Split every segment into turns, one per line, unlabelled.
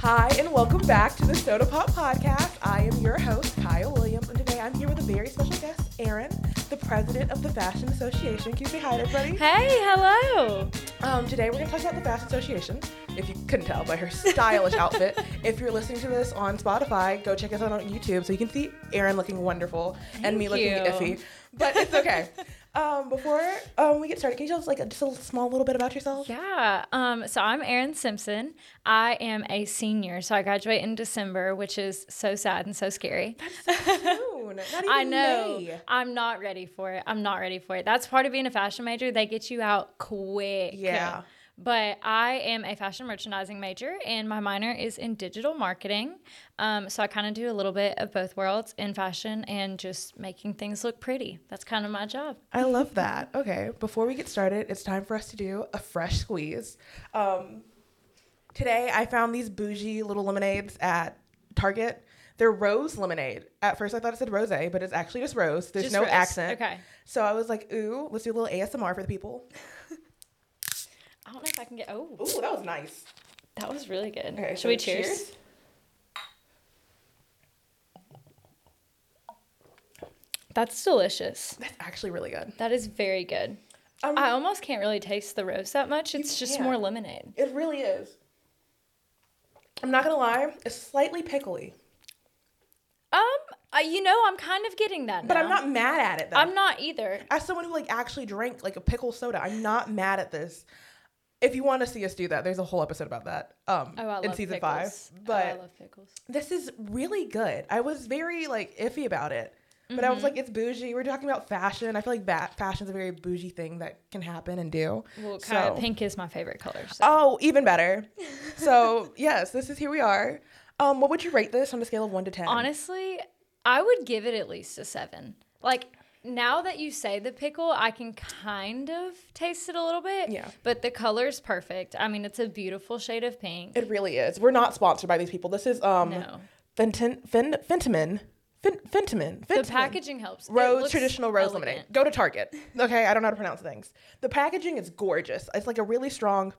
Hi, and welcome back to the Soda Pop Podcast. I am your host, Kyle Williams, and today I'm here with a very special guest, Aaron, the president of the Fashion Association. Can you say hi to everybody?
Hey, hello.
Um, today we're going to talk about the Fashion Association, if you couldn't tell by her stylish outfit. If you're listening to this on Spotify, go check us out on YouTube so you can see Erin looking wonderful and me
Thank
looking
you.
iffy. But it's okay. um, before um, we get started, can you tell us like a- just a small little bit about yourself?
Yeah. Um, so I'm Erin Simpson. I am a senior, so I graduate in December, which is so sad and so scary.
Soon. Not even
I know.
May.
I'm not ready for it. I'm not ready for it. That's part of being a fashion major. They get you out quick.
Yeah.
But I am a fashion merchandising major, and my minor is in digital marketing. Um, so I kind of do a little bit of both worlds in fashion and just making things look pretty. That's kind of my job.
I love that. Okay, before we get started, it's time for us to do a fresh squeeze. Um, today, I found these bougie little lemonades at Target. They're rose lemonade. At first, I thought it said rose, but it's actually just rose. There's
Just
no
rose.
accent.
Okay.
So I was like, ooh, let's do a little ASMR for the people.
I don't know if I can get. Oh.
Ooh, that was nice.
That was really good.
Okay,
Should
so
we cheers? That's delicious.
That's actually really good.
That is very good.
Um,
I almost can't really taste the rose that much. It's just
can't.
more lemonade.
it really is. I'm not gonna lie, it's slightly pickly,
Um, uh, you know, I'm kind of getting that.
but I'm
now.
not mad at it though.
I'm not either.
as someone who like actually drank like a pickle soda, I'm not mad at this. If you want to see us do that, there's a whole episode about that. Um,
Oh, I love
in season
pickles.
five,
oh, I
but
love pickles.
this is really good. I was very like iffy about it, but I
Mm-hmm.
was like, it's bougie. We're talking about fashion. I feel like that fashion's a very bougie thing that can happen and do.
Well, kind
So-
of pink is my favorite color. So.
Oh, even better. so yes, this is here we are. Um, what would you rate this on a scale of one to ten?
Honestly, I would give it at least a seven. Like now that you say the pickle, I can kind of taste it a little bit.
Yeah.
But the color's perfect. I mean, it's a beautiful shade of pink.
It really is. We're not sponsored by these people. This is um
No.
Fenton Fen Fentiman. Fen- Fentiman.
the
Fentiman.
packaging helps. It
Rose
looks
traditional rose
elegant.
lemonade. Go to Target. Okay, I don't know how to pronounce things. The packaging is gorgeous. It's like a really strong.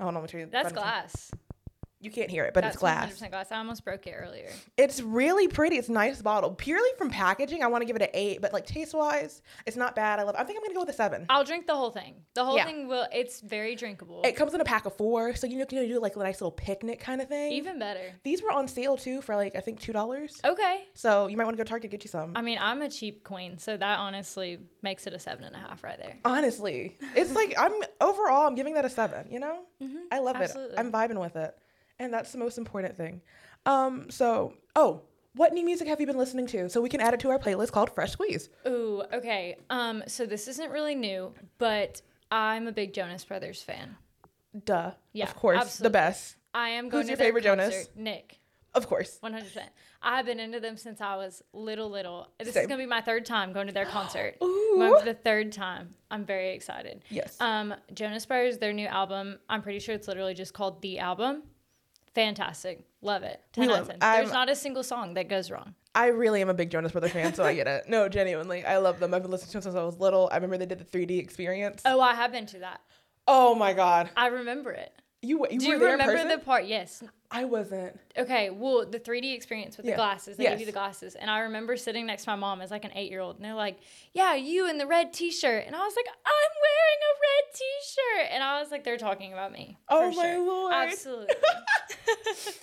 I don't know what you're.
That's glass.
You can't hear it, but
That's
it's glass.
100% glass. I almost broke it earlier.
It's really pretty. It's a nice bottle. Purely from packaging, I want to give it an eight, but like taste wise, it's not bad. I love. I think I'm gonna go with a seven.
I'll drink the whole thing. The whole
Yeah.
thing will. It's very drinkable.
It comes in a pack of four, so you know you can do like a nice little picnic kind of thing.
Even better.
These were on sale too for like I think two dollars.
Okay.
So you might want to go to Target and get you some.
I mean, I'm a cheap queen, so that honestly makes it a seven and a half right there.
Honestly, it's like I'm overall I'm giving that a seven. You know, I love
Mm-hmm. absolutely.
it. I'm vibing with it, and that's the most important thing. Um, so oh, what new music have you been listening to? So we can add it to our playlist called Fresh Squeeze.
Ooh, okay. Um, so this isn't really new, but I'm a big Jonas Brothers fan.
Duh.
Yeah,
of course, the
absolutely.
best.
I am going
Who's
to
your
their
favorite Jonas?
concert. Nick.
Of course.
100%. I've been into them since I was little, little. This
Same.
is going to be my third time going to their concert.
Ooh.
Going for the third time. I'm very excited.
Yes.
Um, Jonas Brothers, their new album, I'm pretty sure it's literally just called The Album. Fantastic. Love it. 10
We
out
love-
of 10.
I'm-
There's not a single song that goes wrong.
I really am a big Jonas Brothers fan, so I get it. No, genuinely, I love them. I've been listening to them since I was little. I remember they did the 3D experience.
Oh, I have been to that.
Oh my God,
I remember it.
you you
Do
were
you
there in
remember
person?
the part? Yes.
I wasn't.
Okay, well, the 3D experience with
Yeah.
the glasses. They give
Yes.
you the glasses. And I remember sitting next to my mom as like an eight year old, and they're like, Yeah, you in the red t shirt. And I was like, I'm wearing a red t shirt. And I was like, They're talking about me.
Oh
for
my
sure.
lord.
Absolutely.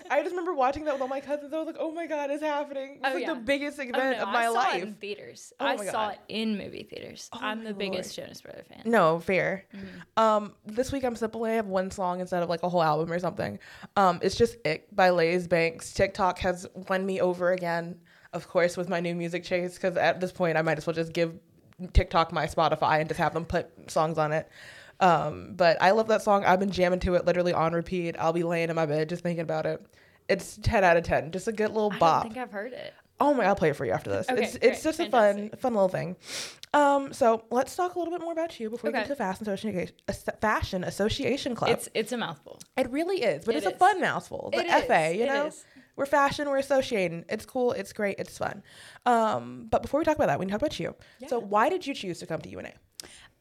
I just remember watching that with all my cousins. I was like, oh my God, it's happening. It's
Oh,
like
yeah.
the biggest
Oh,
event
no,
of my
I saw
life.
It in theaters.
Oh
I
my
saw
God. Oh
it in movie theaters. I'm
my
the biggest Jonas Brother fan.
No, fair.
Mm-hmm.
Um, this week I'm simple. I have one song instead of like a whole album or something. Um, it's just Ick by Lays Banks. TikTok has won me over again, of course, with my new music chase, because at this point I might as well just give TikTok my Spotify and just have them put songs on it. Um, but I love that song. I've been jamming to it literally on repeat. I'll be laying in my bed just thinking about it. It's 10 out of 10. Just a good little
I
bop.
don't think I've heard it.
Oh my, I'll play it for you after this.
Okay,
it's it's
great.
just a fun
Fantastic.
fun little thing. Um, so let's talk a little bit more about you before we get
Okay.
to Fashion Association Fashion Association Club.
It's it's a mouthful.
it really is, but
it
it's a
is.
fun mouthful. The
It is,
FA, you
it
know,
is.
we're fashion, we're associating. It's cool, it's great, it's fun. Um, but before we talk about that, we need to talk about you. So why did you choose to come to UNA?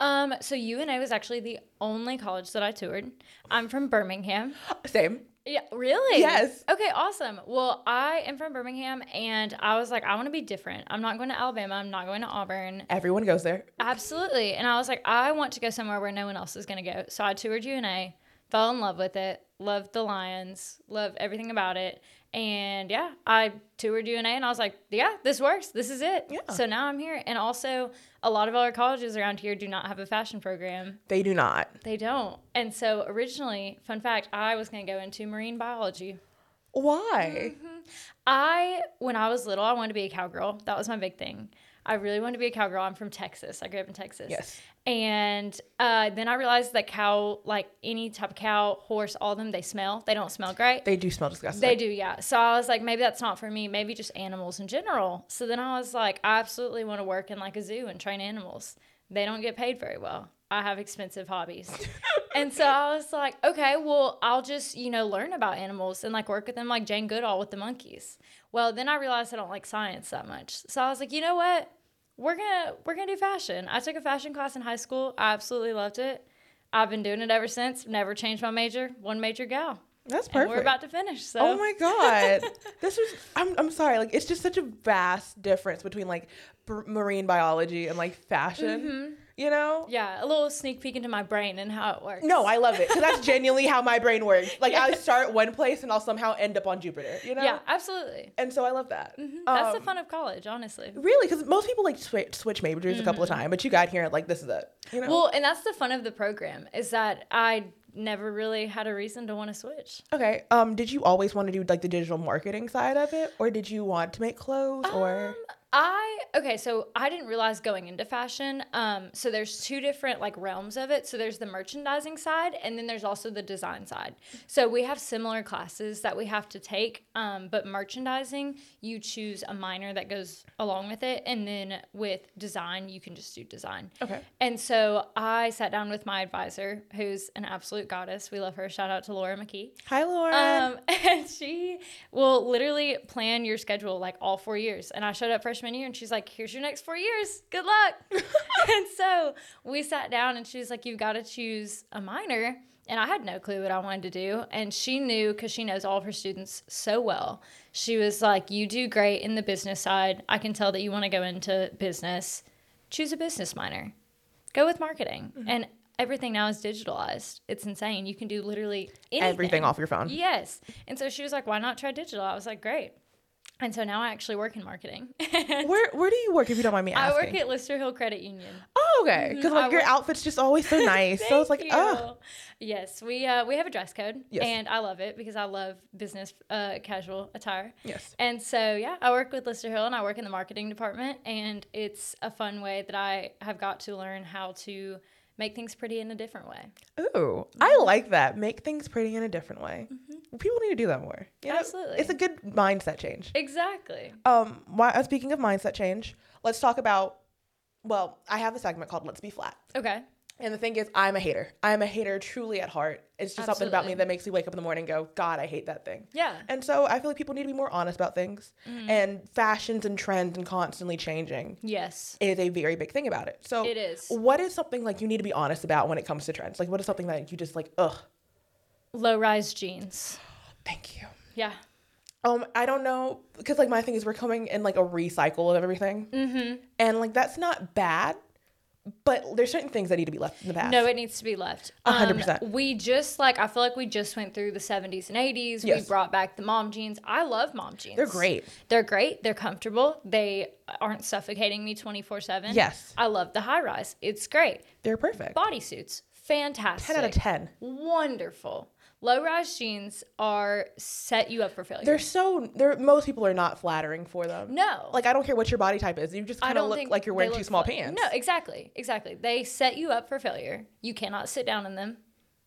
Um, so UNA was actually the only college that I toured. I'm from Birmingham.
Same.
Yeah, really?
Yes.
Okay, awesome. Well, I am from Birmingham and I was like, I want to be different. I'm not going to Alabama. I'm not going to Auburn.
Everyone goes there.
Absolutely. And I was like, I want to go somewhere where no one else is going to go. So I toured UNA, fell in love with it, loved the Lions, loved everything about it. And yeah, I toured UNA and I was like, yeah, this works. This is it.
Yeah.
So now I'm here. And also, a lot of our colleges around here do not have a fashion program.
They do not.
They don't. And so originally, fun fact, I was going to go into marine biology.
Why?
Mm-hmm. I, when I was little, I wanted to be a cowgirl. That was my big thing. I really wanted to be a cowgirl. I'm from Texas. I grew up in Texas.
Yes.
And uh, then I realized that cow, like any type of cow, horse, all of them, they smell. They don't smell great. They,
They do smell disgusting.
do, yeah. So I was like, maybe that's not for me. Maybe just animals in general. So then I was like, I absolutely want to work in like a zoo and train animals. They don't get paid very well. I have expensive hobbies. And so I was like, okay, well, I'll just, you know, learn about animals and like work with them like Jane Goodall with the monkeys. Well, then I realized I don't like science that much. So I was like, you know what? We're going to we're going to do fashion. I took a fashion class in high school. I absolutely loved it. I've been doing it ever since. Never changed my major. One major gal.
That's
And
perfect.
we're about to finish. So
Oh my god, this was. I'm, I'm sorry. Like it's just such a vast difference between like b- marine biology and like fashion. You know.
Mm-hmm. yeah, a little sneak peek into my brain and how it works.
No, I love it because that's genuinely how my brain works. Like I start one place and I'll somehow end up on Jupiter. You know.
Yeah, absolutely.
And so I love that.
That's the
Um,
fun of college, honestly.
Really, because most people like swi- switch majors a couple of times, but you got here like this is it. You know.
Mm-hmm. Well, and that's the fun of the program is that I never really had a reason to want to switch.
okay. Um, did you always want to do like the digital marketing side of it, or did you want to make clothes, or
Um, I okay, so I didn't realize going into fashion. Um, so there's two different like realms of it. So there's the merchandising side, and then there's also the design side. So we have similar classes that we have to take, um, but merchandising you choose a minor that goes along with it, and then with design you can just do design.
Okay.
And so I sat down with my advisor, who's an absolute goddess. We love her. Shout out to Laura McKee.
hi, Laura?
Um, and she will literally plan your schedule like all four years. And I showed up freshman year and she's like, here's your next four years. Good luck. and so we sat down and she was like, you've got to choose a minor. And I had no clue what I wanted to do. And she knew because she knows all of her students so well. She was like, you do great in the business side. I can tell that you want to go into business. Choose a business minor go with marketing
Mm-hmm.
and everything now is digitalized it's insane you can do literally anything.
Everything off your phone.
yes and so she was like why not try digital i was like great and so now i actually work in marketing i
Where Where do you work? If you don't mind me asking.
work at lister hill credit union
Oh, okay. Because
Mm-hmm. I
like your
work-
outfit's just always so nice. so it's like,
Thank
oh,
you. yes we uh, we have a dress code
Yes.
and i love it because i love business uh, casual attire
yes.
And so, yeah, I work with Lister Hill and I work in the marketing department. And it's a fun way that I have got to learn how to make things pretty in a different way.
Ooh, I
Mm-hmm.
like that. Make things pretty in a different way. People need to do that more. you know?
Absolutely.
it's a good mindset change.
Exactly.
Um, why, uh, speaking of mindset change, let's talk about. Well, I have a segment called "Let's Be Flat,"
Okay.
and the thing is, I'm a hater. I'm a hater truly at heart. It's just something about me
Absolutely.
that makes me wake up in the morning and go, "God, I hate that thing."
Yeah. Mm-hmm.
And so I feel like people need to be more honest about things, and fashions and trends and constantly changing.
Yes.
is a very big thing about it. So
It is.
What is something like you need to be honest about when it comes to trends? Like what is something that you just like, ugh,
Low rise jeans.
thank you.
Yeah.
Um, I don't know because like my thing is we're coming in like a recycle of everything, mm-hmm. and like that's not bad, but there's certain things that need to be left in the past.
No, it needs to be left.
A hundred
Um,
percent.
We just like I feel like we just went through the 70s and 80s.
Yes.
We brought back the mom jeans. I love mom jeans.
They're great.
They're great. They're comfortable. They aren't suffocating me 24/7.
Yes.
I love the high rise. It's great.
they're perfect.
Bodysuits. Fantastic.
Ten out of ten.
Wonderful. Low rise jeans are set you up for failure.
They're so they're most people are not flattering for them.
no.
Like I don't care what your body type is, you just
I
kind of
don't
look
think
like you're
they
wearing
look
too small
fla-
pants.
No, exactly, exactly. They set you up for failure. You cannot sit down in them.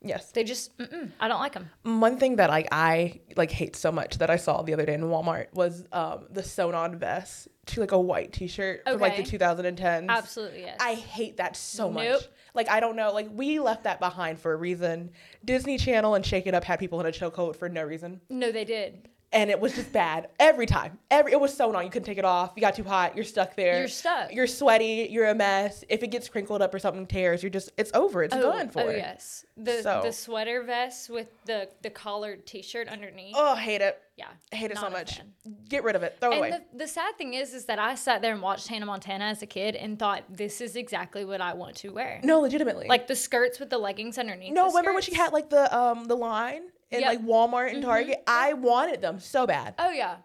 Yes.
They just, mm-mm, I don't like them.
One thing that like I like hate so much that I saw the other day in Walmart was um the sewn on vest to like a white t shirt from like the
Okay.
2010s.
Absolutely, yes.
I hate that so
Nope.
much. Like I don't know, like we left that behind for a reason. Disney Channel and Shake It Up had people in a chokehold for no reason.
no, they did.
and it was just bad every time. Every it was sewn on. You couldn't take it off. You got too hot. You're stuck there.
You're stuck.
You're sweaty. You're a mess. If it gets crinkled up or something tears, you're just it's over. It's done for.
oh yes, the
So-
the sweater vest with the the collared T-shirt underneath.
Oh, hate it.
yeah,
Hate it so
not a
much.
fan.
Get rid of it. Throw it away.
And the, the sad thing is, is that I sat there and watched Hannah Montana as a kid and thought this is exactly what I want to wear.
no, legitimately.
Like the skirts with the leggings underneath.
no,
the
remember when she
skirts?
had like the um the line in
Yep.
like
Mm-hmm.
Walmart and Target? I wanted them so bad.
Oh yeah.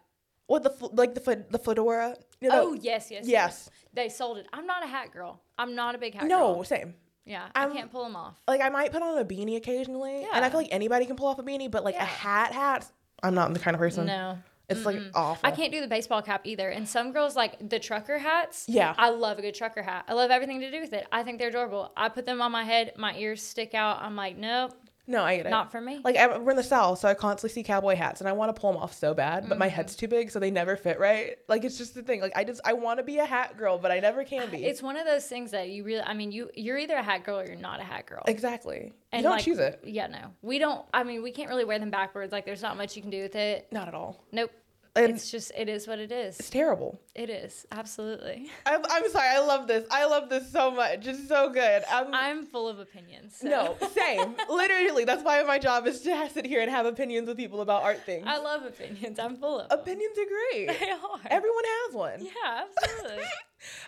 With the fl- like the fe- the fedora. You
Oh
know,
yes, yes, Oh.
yes.
They sold it. I'm not a hat girl. I'm not a big hat girl.
No, same.
Yeah,
I'm-
I can't pull them off.
Like I might put on a beanie occasionally, and I
Yeah.
feel like anybody can pull off a beanie, but like
Yeah.
a hat, hat. I'm not the kind of person.
No.
It's like awful.
I can't do the baseball cap either. And some girls like the trucker hats.
Yeah.
I love a good trucker hat. I love everything to do with it. I think they're adorable. I put them on my head. My ears stick out. I'm like, nope,
No, I get it.
not for me.
like I, we're in the south, so I constantly see cowboy hats, and I want to pull them off so bad, but my
Mm-hmm.
head's too big, so they never fit right. Like it's just the thing. Like I just I want to be a hat girl, but I never can be.
it's one of those things that you really, I mean, you you're either a hat girl or you're not a hat girl.
exactly. you don't
like,
choose it.
Yeah, no, we don't. I mean, we can't really wear them backwards. Like, there's not much you can do with it.
Not at all.
Nope.
And-
it's just it is what it
It's
is.
terrible.
It is absolutely.
I'm, I'm sorry. I love this. I love this so much. It's so good. I'm,
I'm full of opinions. so.
no same. Literally, that's why my job is to sit here and have opinions with people about art things.
I love opinions. I'm full of them.
opinions are great.
They are.
Everyone has one.
yeah, absolutely.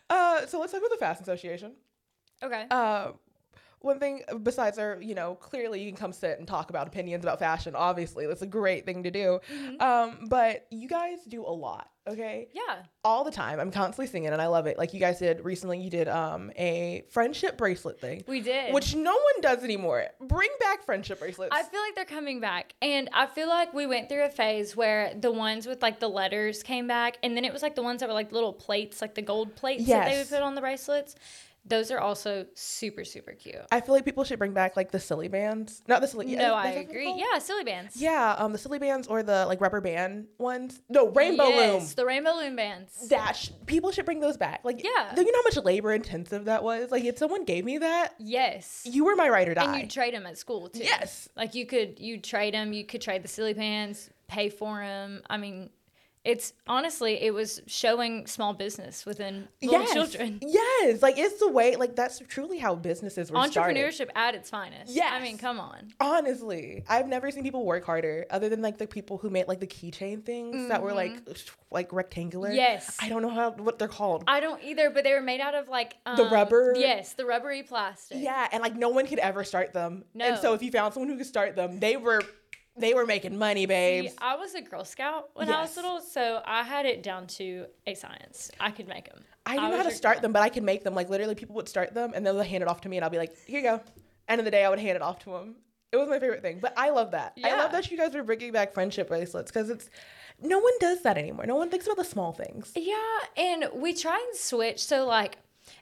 Uh, so let's talk about the Fashion Association.
Okay.
Uh, one thing besides our, you know, clearly you can come sit and talk about opinions about fashion. Obviously, that's a great thing to do. Um, but you guys do a lot, okay?
Mm-hmm. yeah.
All the time. I'm constantly singing and I love it. Like you guys did recently, you did um a friendship bracelet thing.
We did.
Which no one does anymore. Bring back friendship bracelets.
I feel like they're coming back. And I feel like we went through a phase where the ones with like the letters came back. And then it was like the ones that were like little plates, like the gold plates that they
Yes.
would put on the bracelets. Those are also super, super cute.
I feel like people should bring back like the silly bands. Not the silly.
no, I
is that what they're
agree.
called?
Yeah, silly bands.
Yeah, um, the silly bands or the like rubber band ones. No, rainbow
yes,
loom.
The rainbow loom bands.
That sh- people should bring those back. Like,
Yeah.
do you know how much labor intensive that was? Like, if someone gave me that,
yes.
you were my ride or
and
die.
you trade them at school too.
Yes.
Like you could you trade them, you could trade the silly pants, pay for them. I mean, it's honestly it was showing small business within little
yes,
children.
yes. Like it's the way. Like that's truly how businesses were
Entrepreneurship
started.
at its finest. I
Yes.
mean, come on.
Honestly, I've never seen people work harder, other than like the people who made like the keychain things that were like like rectangular.
Mm-hmm. Yes.
I don't know how what they're called.
I don't either, but they were made out of like um,
rubber-
Yes, the rubbery plastic.
yeah, and like no one could ever start them.
No.
And so if you found someone who could start them, they were they were making money, babes.
See, I was a Girl Scout when I was
Yes.
little, so I had it down to a science. I could make them.
I didn't know how to start them, but I could make them. Like literally, people would start them, and then they'll hand it off to me, and I'll be like, "Here you go." End of the day, I would hand it off to them. It was my favorite thing. But I love that. I
Yeah.
love that you guys were bringing back friendship bracelets because it's no one does that anymore. No one thinks about the small things.
Yeah, and we try and switch. So like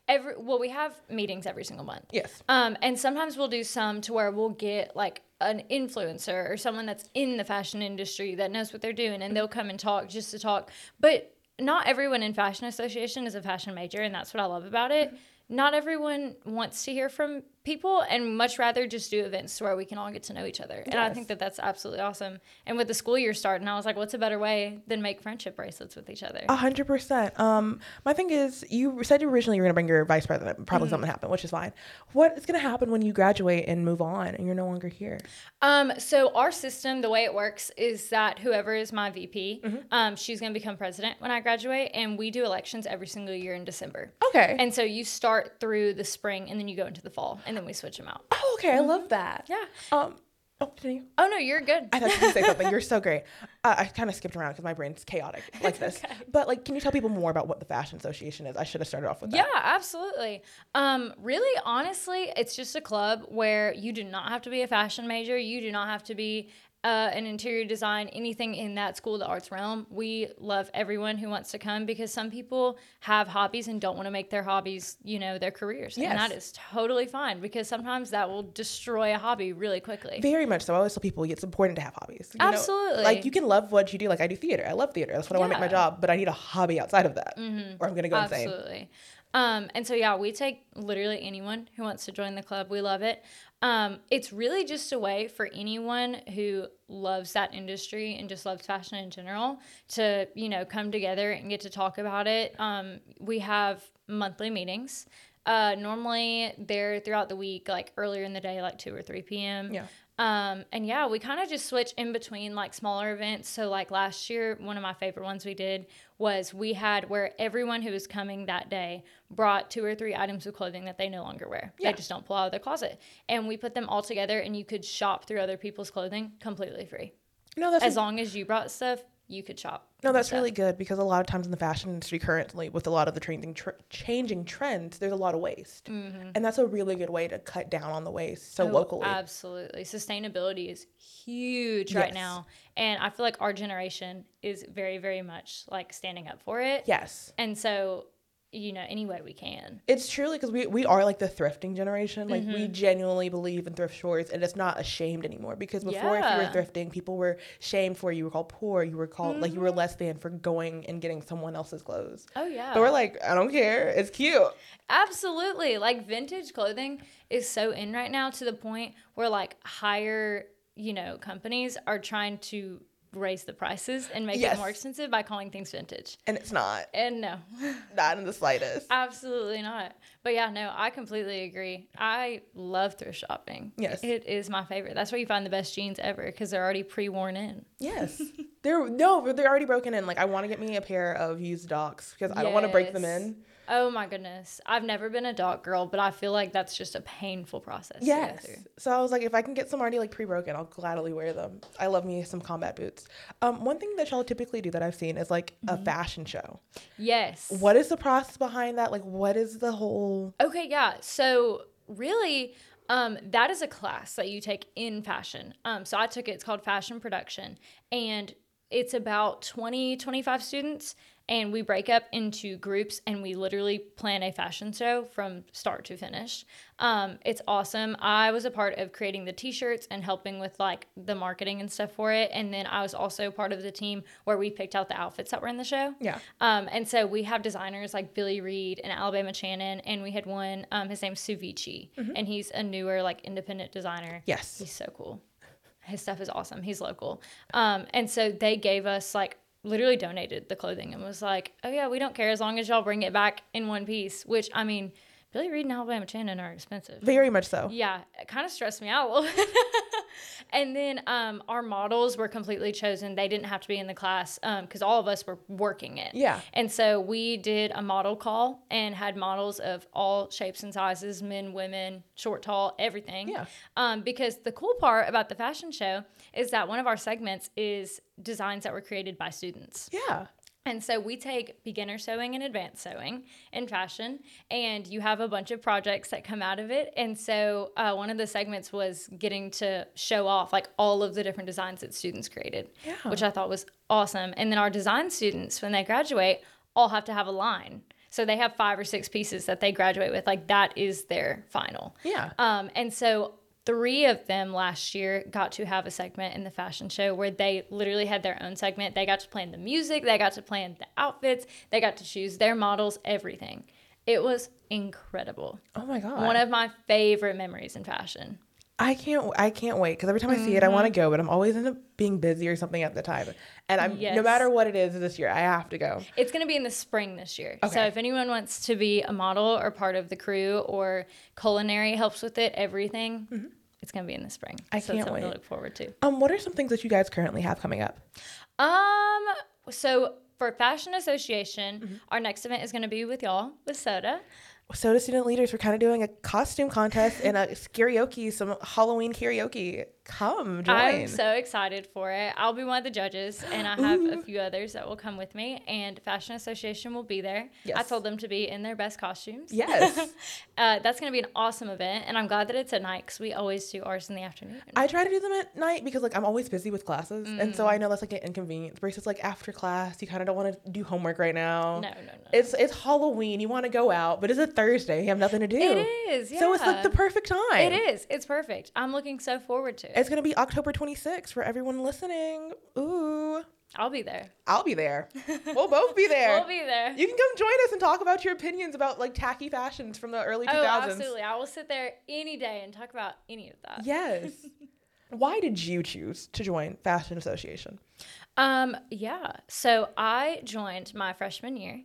every well, we have meetings every single month.
Yes.
Um, and sometimes we'll do some to where we'll get like an influencer or someone that's in the fashion industry that knows what they're doing, and they'll come and talk just to talk. But not everyone in Fashion Association is a fashion major, and that's what I love about it. Not everyone wants to hear from people, and much rather just do events where we can all get to know each other. And I
Yes.
think that that's absolutely awesome. And with the school year starting, I was like, what's a better way than make friendship bracelets with each other?
A hundred percent. Um, my thing is, you said originally you were gonna bring your vice president. Probably
Mm-hmm.
something happened, which is fine. What is gonna happen when you graduate and move on, and you're no longer here?
Um, so our system, the way it works is that whoever is my VP, um, she's gonna become president when I graduate, and we do elections every single year in December.
Okay.
And so you start through the spring, and then you go into the fall, and then we switch them out.
oh, okay. I
Mm-hmm.
love that.
Yeah.
Um. Oh, continue.
Oh no, you're good.
I thought you were gonna say something. You're so great. Uh, I kind of skipped around because my brain's chaotic like this. But like, can you tell people more about what the Fashion Association is? I should have started off with that.
Yeah, absolutely. Um, really, honestly, it's just a club where you do not have to be a fashion major. You do not have to be uh, an interior design, anything in that school, of the arts realm. We love everyone who wants to come because some people have hobbies and don't want to make their hobbies, you know, their careers.
Yes.
And that is totally fine because sometimes that will destroy a hobby really quickly.
Very much so. I always tell people it's important to have hobbies. you know?
Absolutely.
Like you can love what you do. Like I do theater. I love theater. That's what I want to make my
Yeah. Mm-hmm.
job. But I need a hobby outside of that, or I'm gonna go insane.
Absolutely. Um, and so yeah, we take literally anyone who wants to join the club. We love it. Um, it's really just a way for anyone who loves that industry and just loves fashion in general to you know come together and get to talk about it. Um, we have monthly meetings. Uh, normally they're throughout the week, like earlier in the day, like two or three p.m.
Yeah.
Um, and yeah, we kind of just switch in between like smaller events. So like last year, one of my favorite ones we did was we had where everyone who was coming that day brought two or three items of clothing that they no longer wear.
Yeah.
They just don't pull out of their closet. And we put them all together and you could shop through other people's clothing completely free.
No, that's
As long as you brought stuff, you could shop.
No,
for
that's
stuff.
really good because a lot of times in the fashion industry currently, with a lot of the trending tr- changing trends, there's a lot of waste, and that's a really good way to cut down on the waste. So
Mm-hmm. Oh,
locally,
Absolutely. Sustainability is huge right
Yes.
now. And I feel like our generation is very, very much like standing up for it.
yes,
And so, you know, any way we can.
it's truly because we we are like the thrifting generation. Like we
Mm-hmm.
genuinely believe in thrift stores, and it's not ashamed anymore because before, if you
Yeah.
were thrifting, people were shamed for you were called poor, you were called like you were less than for going and getting someone else's clothes.
Oh Mm-hmm. yeah.
But we're like, I don't care. It's cute.
Absolutely. Like vintage clothing is so in right now to the point where like higher, you know, companies are trying to raise the prices and make
Yes.
it more expensive by calling things vintage.
And it's not.
And no.
Not in the slightest.
Absolutely not. But yeah, no, I completely agree. I love thrift shopping.
Yes.
It is my favorite. That's where you find the best jeans ever because they're already pre worn in.
Yes. they're no, but they're already broken in. Like I want to get me a pair of used docs because I don't want to break them
Yes.
in.
Oh my goodness. I've never been a doc girl, but I feel like that's just a painful process. to go
Yes.
through.
So I was like, if I can get some already like pre-broken, I'll gladly wear them. I love me some combat boots. Um, one thing that y'all typically do that I've seen is like
Mm-hmm.
a fashion show.
Yes.
What is the process behind that? Like, what is the whole?
Okay, yeah. So really, um, that is a class that you take in fashion. Um, so I took it. It's called fashion production, and it's about 20, 25 students, and we break up into groups, and we literally plan a fashion show from start to finish. Um, it's awesome. I was a part of creating the T-shirts and helping with like the marketing and stuff for it, and then I was also part of the team where we picked out the outfits that were in the show.
Yeah.
Um, and so we have designers like Billy Reed and Alabama Shannon, and we had one. Um, his name's Suvici, and he's a newer like independent designer.
Yes.
He's so cool. His stuff is awesome. He's local. Um, and so they gave us like literally donated the clothing and was like, oh yeah, we don't care as long as y'all bring it back in one piece. Which I mean, Billy Reed and Alabama Shannon are expensive.
Very much so.
Yeah, it kind of stressed me out a little bit. and then um, our models were completely chosen. They didn't have to be in the class because all of us were working it.
Yeah.
And so we did a model call and had models of all shapes and sizes men, women, short, tall, everything.
Yeah.
Um, because the cool part about the fashion show is that one of our segments is designs that were created by students.
Yeah.
And so we take beginner sewing and advanced sewing in fashion, and you have a bunch of projects that come out of it. And so uh, one of the segments was getting to show off like all of the different designs that students created,
Yeah.
which I thought was awesome. And then our design students, when they graduate, all have to have a line. So they have five or six pieces that they graduate with. Like that is their final.
Yeah.
Um, and so three of them last year got to have a segment in the fashion show where they literally had their own segment. They got to plan the music, they got to plan the outfits, they got to choose their models, everything. It was incredible.
Oh my god.
One of my favorite memories in fashion.
I can't. I can't wait because every time I see it, I
Mm-hmm.
want to go, but I'm always end up being busy or something at the time. And I'm no
Yes.
matter what it is this year, I have to go.
It's going to be in the spring this year. So
Okay.
if anyone wants to be a model or part of the crew or culinary helps with it, everything, it's going to be in the spring.
Mm-hmm. I
so
can't
it's something
wait.
to look forward to.
Um, what are some things that you guys currently have coming up?
Um. So for Fashion Association,
Mm-hmm.
our next event is going to be with y'all with Soda.
Soda student leaders, we're kind of doing a costume contest and a karaoke, some Halloween karaoke. Come join.
I'm so excited for it. I'll be one of the judges, and I have a few others that will come with me. And Fashion Association will be there. I
Yes.
told them to be in their best costumes.
Yes.
uh, that's going to be an awesome event, and I'm glad that it's at night because we always do ours in the afternoon.
I try to do them at night because like I'm always busy with classes, and so I
Mm-hmm.
know that's like an inconvenience. Versus like after class, you kind of don't want to do homework right now.
No, no, no.
It's it's Halloween. You want to go out, but it's a Thursday. You have nothing to do.
It is. Yeah.
So it's like the perfect time.
It is. It's perfect. I'm looking so forward to it.
It's gonna be October 26th for everyone listening. Ooh.
I'll be there.
I'll be there. We'll both be there.
We'll be there.
you can come join us and talk about your opinions about like tacky fashions from the early 2000s.
oh, absolutely. I will sit there any day and talk about any of that.
Yes. Why did you choose to join Fashion Association?
Um, yeah. So I joined my freshman year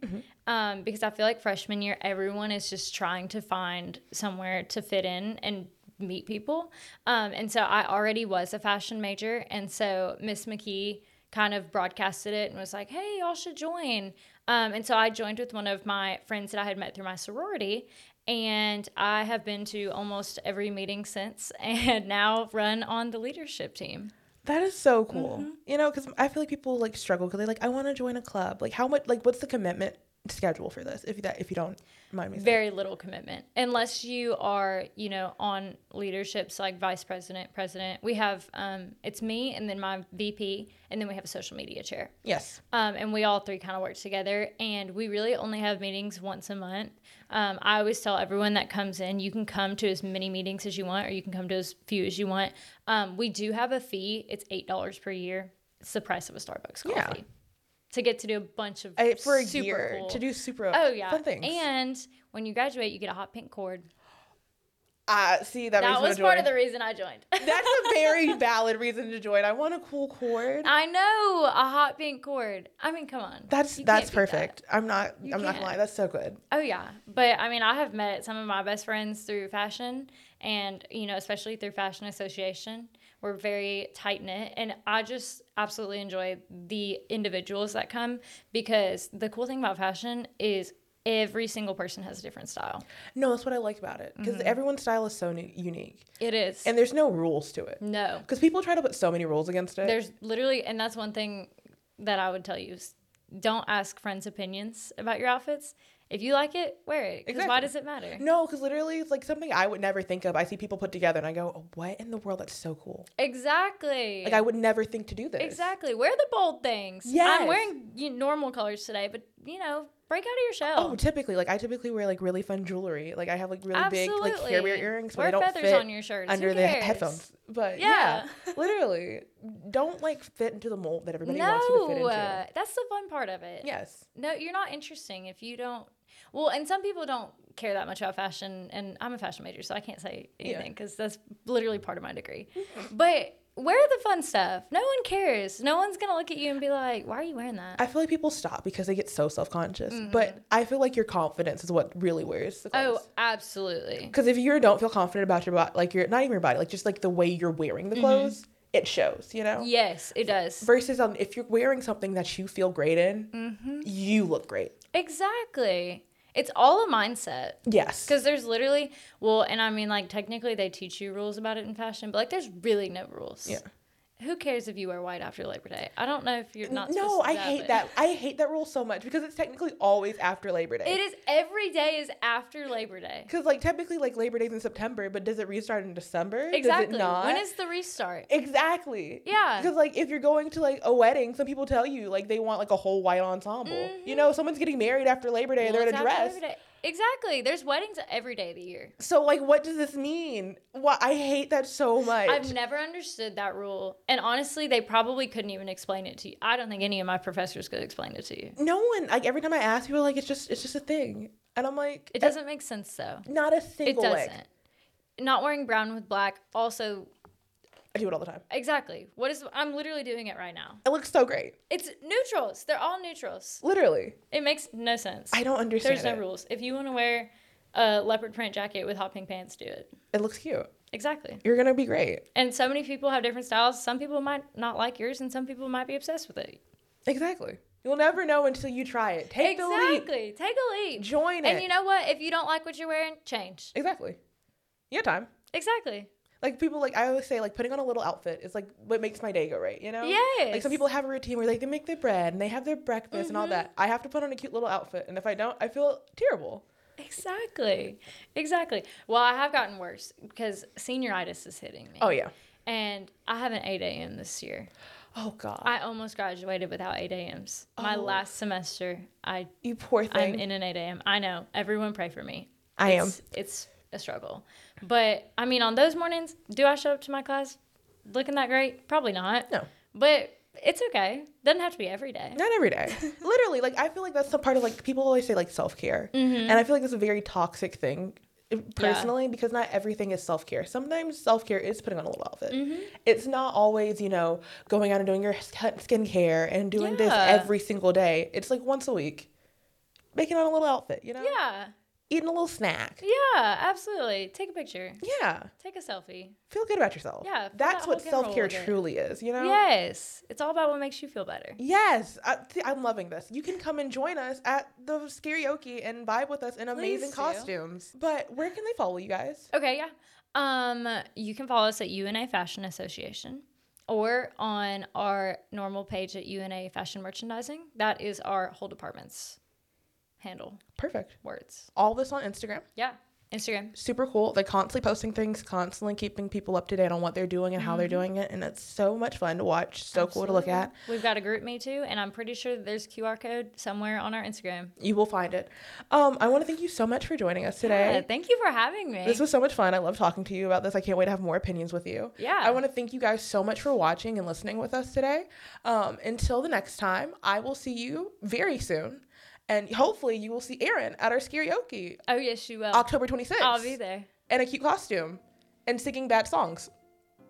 um, because I feel like freshman year, everyone is just trying to find somewhere to fit in and meet people. Um, and so I already was a fashion major. And so Miss McKee kind of broadcasted it and was like, hey, y'all should join. Um, and so I joined with one of my friends that I had met through my sorority. And I have been to almost every meeting since and now run on the leadership team.
That is so cool.
Mm-hmm.
You know, because I feel like people like struggle because they're like, I want to join a club. Like, how much? Like, what's the commitment schedule for this? If that, if you don't mind me, saying?
very little commitment unless you are you know on leaderships like vice president president we have um, it's me and then my vp and then we have a social media chair
yes,
um, and we all three kind of work together and we really only have meetings once a month um, i always tell everyone that comes in you can come to as many meetings as you want or you can come to as few as you want um, we do have a fee it's eight dollars per year it's the price of a starbucks coffee
Yeah.
to get to do a bunch of
I, for a
super
year
cool-
to do super.
Oh yeah.
fun things.
And when you graduate, you get a hot pink cord.
uh, see, that,
That
makes me
was
join.
part of the reason I joined.
That's a very valid reason to join. I want a cool cord.
I know a hot pink cord. I mean, come on.
That's
You can't
that's
beat that.
perfect. I'm not. I'm not
can't.
gonna lie. That's so good.
Oh yeah, but I mean, I have met some of my best friends through fashion, and you know, especially through Fashion Association. We're very tight knit, and I just absolutely enjoy the individuals that come because the cool thing about fashion is every single person has a different style.
No, that's what I like about it because
Mm-hmm.
everyone's style is so nu- unique,
It is
and there's no rules to it.
no
Because people try to put so many rules against it.
Mm. There's literally, and that's one thing that I would tell you: is don't ask friends' opinions about your outfits. If you like it, wear it. Because why
Exactly.
does it matter?
No, because literally, it's like something I would never think of. I see people put together, and I go, "Oh, "What in the world? That's so cool!
Exactly.
Like I would never think to do this."
exactly. Wear the bold things. I'm
Yes.
wearing you know, normal colors today, but you know, break out of your shell.
Oh, typically, like I typically wear like really fun jewelry. Like I have like really big like carrier
Absolutely.
earrings, but
Wear
they don't
feathers
fit
on your shirts. Who
under the he-
cares?
headphones. But yeah,
Yeah.
literally, don't like fit into the mold that everybody
no,
wants you to fit into.
uh, that's the fun part of it.
Yes.
No, you're not interesting if you don't. Well, and some people don't care that much about fashion, and I'm a fashion major, so I can't say anything because that's literally part of my degree.
Mm-hmm.
but wear the fun stuff. No one cares. No one's gonna look at you and be like, "Why are you wearing that?"
I feel like people stop because they get so self conscious. But I feel like your confidence is what really wears the clothes.
Mm-hmm. oh, absolutely.
Because if you don't feel confident about your body, like your not even your body, like just like the way you're wearing the clothes, it shows. You know.
Mm-hmm. Yes, it does.
Versus um, if you're wearing something that you feel great in,
Mm-hmm.
you look great.
Exactly. It's all a mindset.
Yes.
Because there's literally, well, and I mean, like, technically they teach you rules about it in fashion, but like, there's really no rules.
Yeah.
Who cares if you wear white after Labor Day? I don't know if you're not.
No,
supposed to
I
do
hate
but-
that. I hate that rule so much because it's technically always after Labor
It
Day.
is every day is after Labor Day.
Because like technically like Labor Day's in September, but does it restart in December? Does
Exactly.
it not?
When is the restart?
Exactly.
Yeah.
Because like if you're going to like a wedding, some people tell you like they want like a whole white ensemble. You know, someone's getting married after Labor Day,
Mm-hmm. Well,
they're in
it's
a
after
dress.
Labor Day. Exactly. There's weddings every day of the year.
So like what does this mean? What I hate that so much.
I've never understood that rule. And honestly, they probably couldn't even explain it to you. I don't think any of my professors could explain it to you.
no one like every time I ask people like it's just it's just a thing. And I'm like uh,
It doesn't make sense though.
not a
It
single
doesn't.
lick.
Not wearing brown with black also
I do it all the time.
exactly. What is I'm literally doing it right now.
It looks so great.
It's neutrals. They're all neutrals.
Literally.
It makes no sense.
I don't understand.
There's no
it.
rules. If you want to wear a leopard print jacket with hot pink pants, do it.
It looks cute.
Exactly.
You're gonna be great.
And so many people have different styles. Some people might not like yours, and some people might be obsessed with it.
Exactly. You'll never know until you try it. Take the leap.
exactly. Take a leap.
Join it.
And you know what? If you don't like what you're wearing, change.
exactly. You have time.
Exactly.
Like people like I always say, like putting on a little outfit is like what makes my day go right, you know? Like
Yes.
some people have a routine where like they make their bread and they have their breakfast and all
Mm-hmm.
that. I have to put on a cute little outfit and if I don't, I feel terrible.
Exactly. Exactly. Well, I have gotten worse because senioritis is hitting me.
Oh yeah.
And I have an 8 a.m. this year.
Oh god.
I almost graduated without 8 a.m.s. My
Oh.
last semester, I
you poor
I'm
thing.
in an 8 a.m. I know. Everyone pray for me.
I am.
It's- It's a struggle. But I mean, on those mornings, do I show up to my class looking that great? Probably not.
No.
But It's okay. Doesn't have to be every day.
Not every day. Literally, like I feel like that's the part of like people always say like self care,
Mm-hmm.
and I feel like it's a very toxic thing eh, personally because not everything is self care. Sometimes self care is putting on a little outfit.
Mm-hmm.
It's not always you know going out and doing your skin care and doing this
Yeah.
every single day. It's like once a week, making on a little outfit. You know,
Yeah.
eating a little snack.
Yeah, absolutely. Take a picture.
Yeah,
Take a selfie.
feel good about yourself.
Yeah, feel
that's
that
what
whole rigmarole
self care
with it.
truly is. You know.
Yes. It's all about what makes you feel better.
Yes, I, th- I'm loving this. You can come and join us at the karaoke and vibe with us in amazing
do.
costumes. But where can they follow you guys?
Okay, yeah. Um, you can follow us at UNA Fashion Association or on our normal page at UNA Fashion Merchandising. That is our whole department's handle
Perfect.
words.
All this on Instagram.
Yeah. Instagram.
Super cool. They're constantly posting things, constantly keeping people up to date on what they're doing and how they're doing it. And it's so much fun to watch. So cool to look
Mm-hmm. Absolutely.
at.
We've got a group me too, and I'm pretty sure that there's QR code somewhere on our Instagram.
You will find it. Um, I want to thank you so much for joining us today.
Yeah, thank you for having me.
This was so much fun. I love talking to you about this. I can't wait to have more opinions with you.
Yeah.
I want to thank you guys so much for watching and listening with us today. Um, until the next time, I will see you very soon. And hopefully, you will see Erin at our karaoke
oh yes, you will.
October 26th.
I'll be there.
In a cute costume and singing bad songs.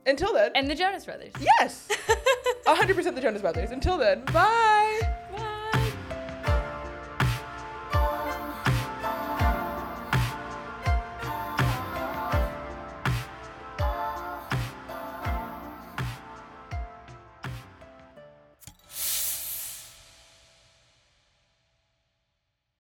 Until then,
And the Jonas Brothers.
yes, 100% the Jonas Brothers. Until then, bye.